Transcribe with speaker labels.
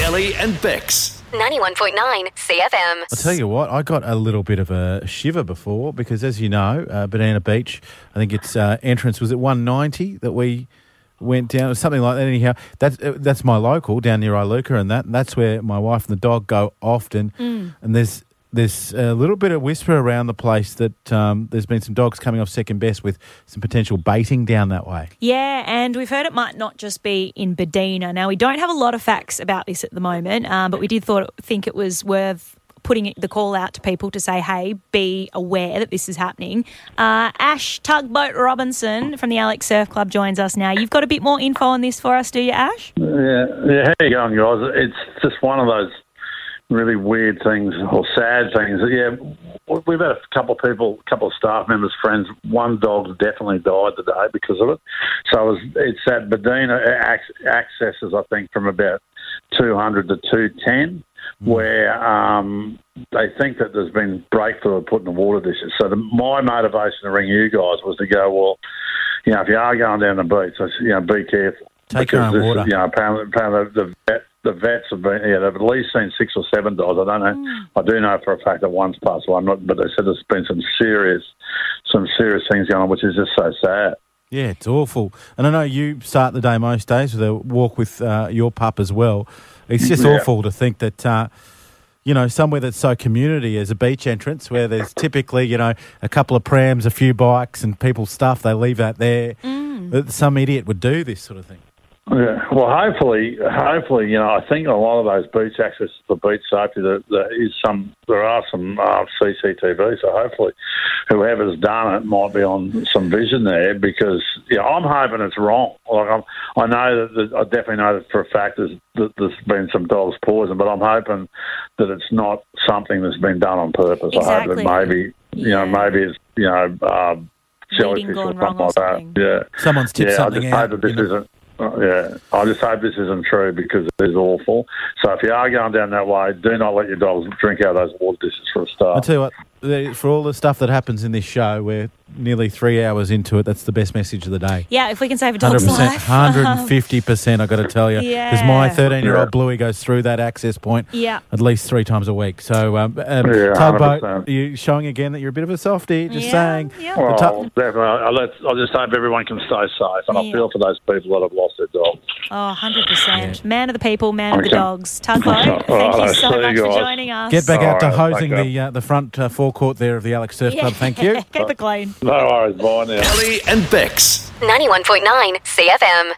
Speaker 1: Ellie and Bex.
Speaker 2: 91.9 CFM.
Speaker 3: I'll tell you what, I got a little bit of a shiver before because, as you know, uh, Banana Beach, I think its uh, entrance was at 190 that we went down, or something like that. Anyhow, that's, uh, that's my local down near Iluka, and that and that's where my wife and the dog go often. And there's there's a little bit of whisper around the place that um, there's been some dogs coming off second best with some potential baiting down that way.
Speaker 4: Yeah, and we've heard it might not just be in Bedina. Now, we don't have a lot of facts about this at the moment, um, but we did thought, think it was worth putting it- the call out to people to say, hey, be aware that this is happening. Uh, Ash Tugboat Robinson from the Alex Surf Club joins us now. You've got a bit more info on this for us, do you, Ash?
Speaker 5: Yeah, yeah. How you going, guys? It's just one of those really weird things or sad things. Yeah, we've had a couple of people, a couple of staff members, friends. One dog definitely died today because of it. So it's, it's at Bedina it uh, ac- accesses, I think, from about 200 to 210, where um, they think that there's been breakthrough put in the water dishes. So the, my motivation to ring you guys was to go, well, you know, if you are going down the beach, I said, you know, be careful.
Speaker 3: Take your
Speaker 5: Because
Speaker 3: own
Speaker 5: this-
Speaker 3: water.
Speaker 5: You know, apparently, apparently the, vet, the vets have been, yeah, they've at least seen six or seven dies. I don't know. I do know for a fact that one's passed away, I'm not, but they said there's been some serious, some serious things going on, which is just so sad.
Speaker 3: Yeah, it's awful. And I know you start the day most days with a walk with uh, your pup as well. It's just
Speaker 5: Yeah.
Speaker 3: awful to think that, uh, you know, somewhere that's so community as a beach entrance where there's typically, you know, a couple of prams, a few bikes and people's stuff, they leave out there. That some idiot would do this sort of thing.
Speaker 5: Yeah. Well, hopefully, hopefully, you know, I think a lot of those beach access for beach safety, there, there is some, there are some uh, CCTV. So hopefully, whoever's done it might be on some vision there because you know, I'm hoping it's wrong. Like I'm, I know that that I definitely know that for a fact there's, that there's been some dogs poison, but I'm hoping that it's not something that's been done on purpose.
Speaker 4: Exactly.
Speaker 5: I hope that maybe, you know,
Speaker 4: Yeah.
Speaker 5: maybe it's you know. Uh,
Speaker 4: Reading
Speaker 5: Jellyfish
Speaker 4: gone
Speaker 5: or
Speaker 4: wrong
Speaker 5: something
Speaker 4: or
Speaker 5: like
Speaker 4: something.
Speaker 5: that. Yeah.
Speaker 3: Someone's tipped
Speaker 5: Yeah,
Speaker 3: something
Speaker 5: I just
Speaker 3: out,
Speaker 5: hope that
Speaker 3: you
Speaker 5: this
Speaker 3: know.
Speaker 5: isn't. uh, Yeah, I just hope this isn't true because it is awful. So if you are going down that way, do not let your dogs drink out of those water dishes for a
Speaker 3: I'll
Speaker 5: start.
Speaker 3: tell you what, the- for all the stuff that happens in this show, we're nearly three hours into it. That's the best message of the day.
Speaker 4: Yeah, if we can save a
Speaker 3: Hundred
Speaker 4: dog's
Speaker 3: percent,
Speaker 4: life.
Speaker 3: hundred and fifty percent. I got to tell you, because my
Speaker 4: Yeah.
Speaker 3: thirteen-year-old
Speaker 5: Yeah.
Speaker 3: Bluey goes through that access point
Speaker 4: Yeah.
Speaker 3: at least three times a week. So, um, um,
Speaker 5: Yeah,
Speaker 3: tugboat,
Speaker 5: 100%.
Speaker 3: are you showing again that you're a bit of a softie. Just
Speaker 4: Yeah,
Speaker 3: saying,
Speaker 4: yeah.
Speaker 3: The
Speaker 5: Well,
Speaker 3: tu-
Speaker 5: definitely. I, let's, I just hope everyone can stay safe, and
Speaker 4: Yeah.
Speaker 5: I feel for those people that have lost their dogs.
Speaker 4: Oh, 100%. Man of the people, man of the
Speaker 5: Okay.
Speaker 4: dogs. Tugboat,
Speaker 5: All
Speaker 4: thank you
Speaker 5: right,
Speaker 4: so
Speaker 5: see you
Speaker 4: much for
Speaker 5: guys.
Speaker 4: joining us.
Speaker 3: get back out to
Speaker 5: Sorry,
Speaker 3: hosing
Speaker 5: okay.
Speaker 3: the uh, the front uh, forecourt there of the Alex Surf
Speaker 4: Yeah.
Speaker 3: Club. Thank you.
Speaker 4: Keep it clean.
Speaker 5: No worries, bye now.
Speaker 1: Ellie and Bex.
Speaker 2: 91.9 CFM.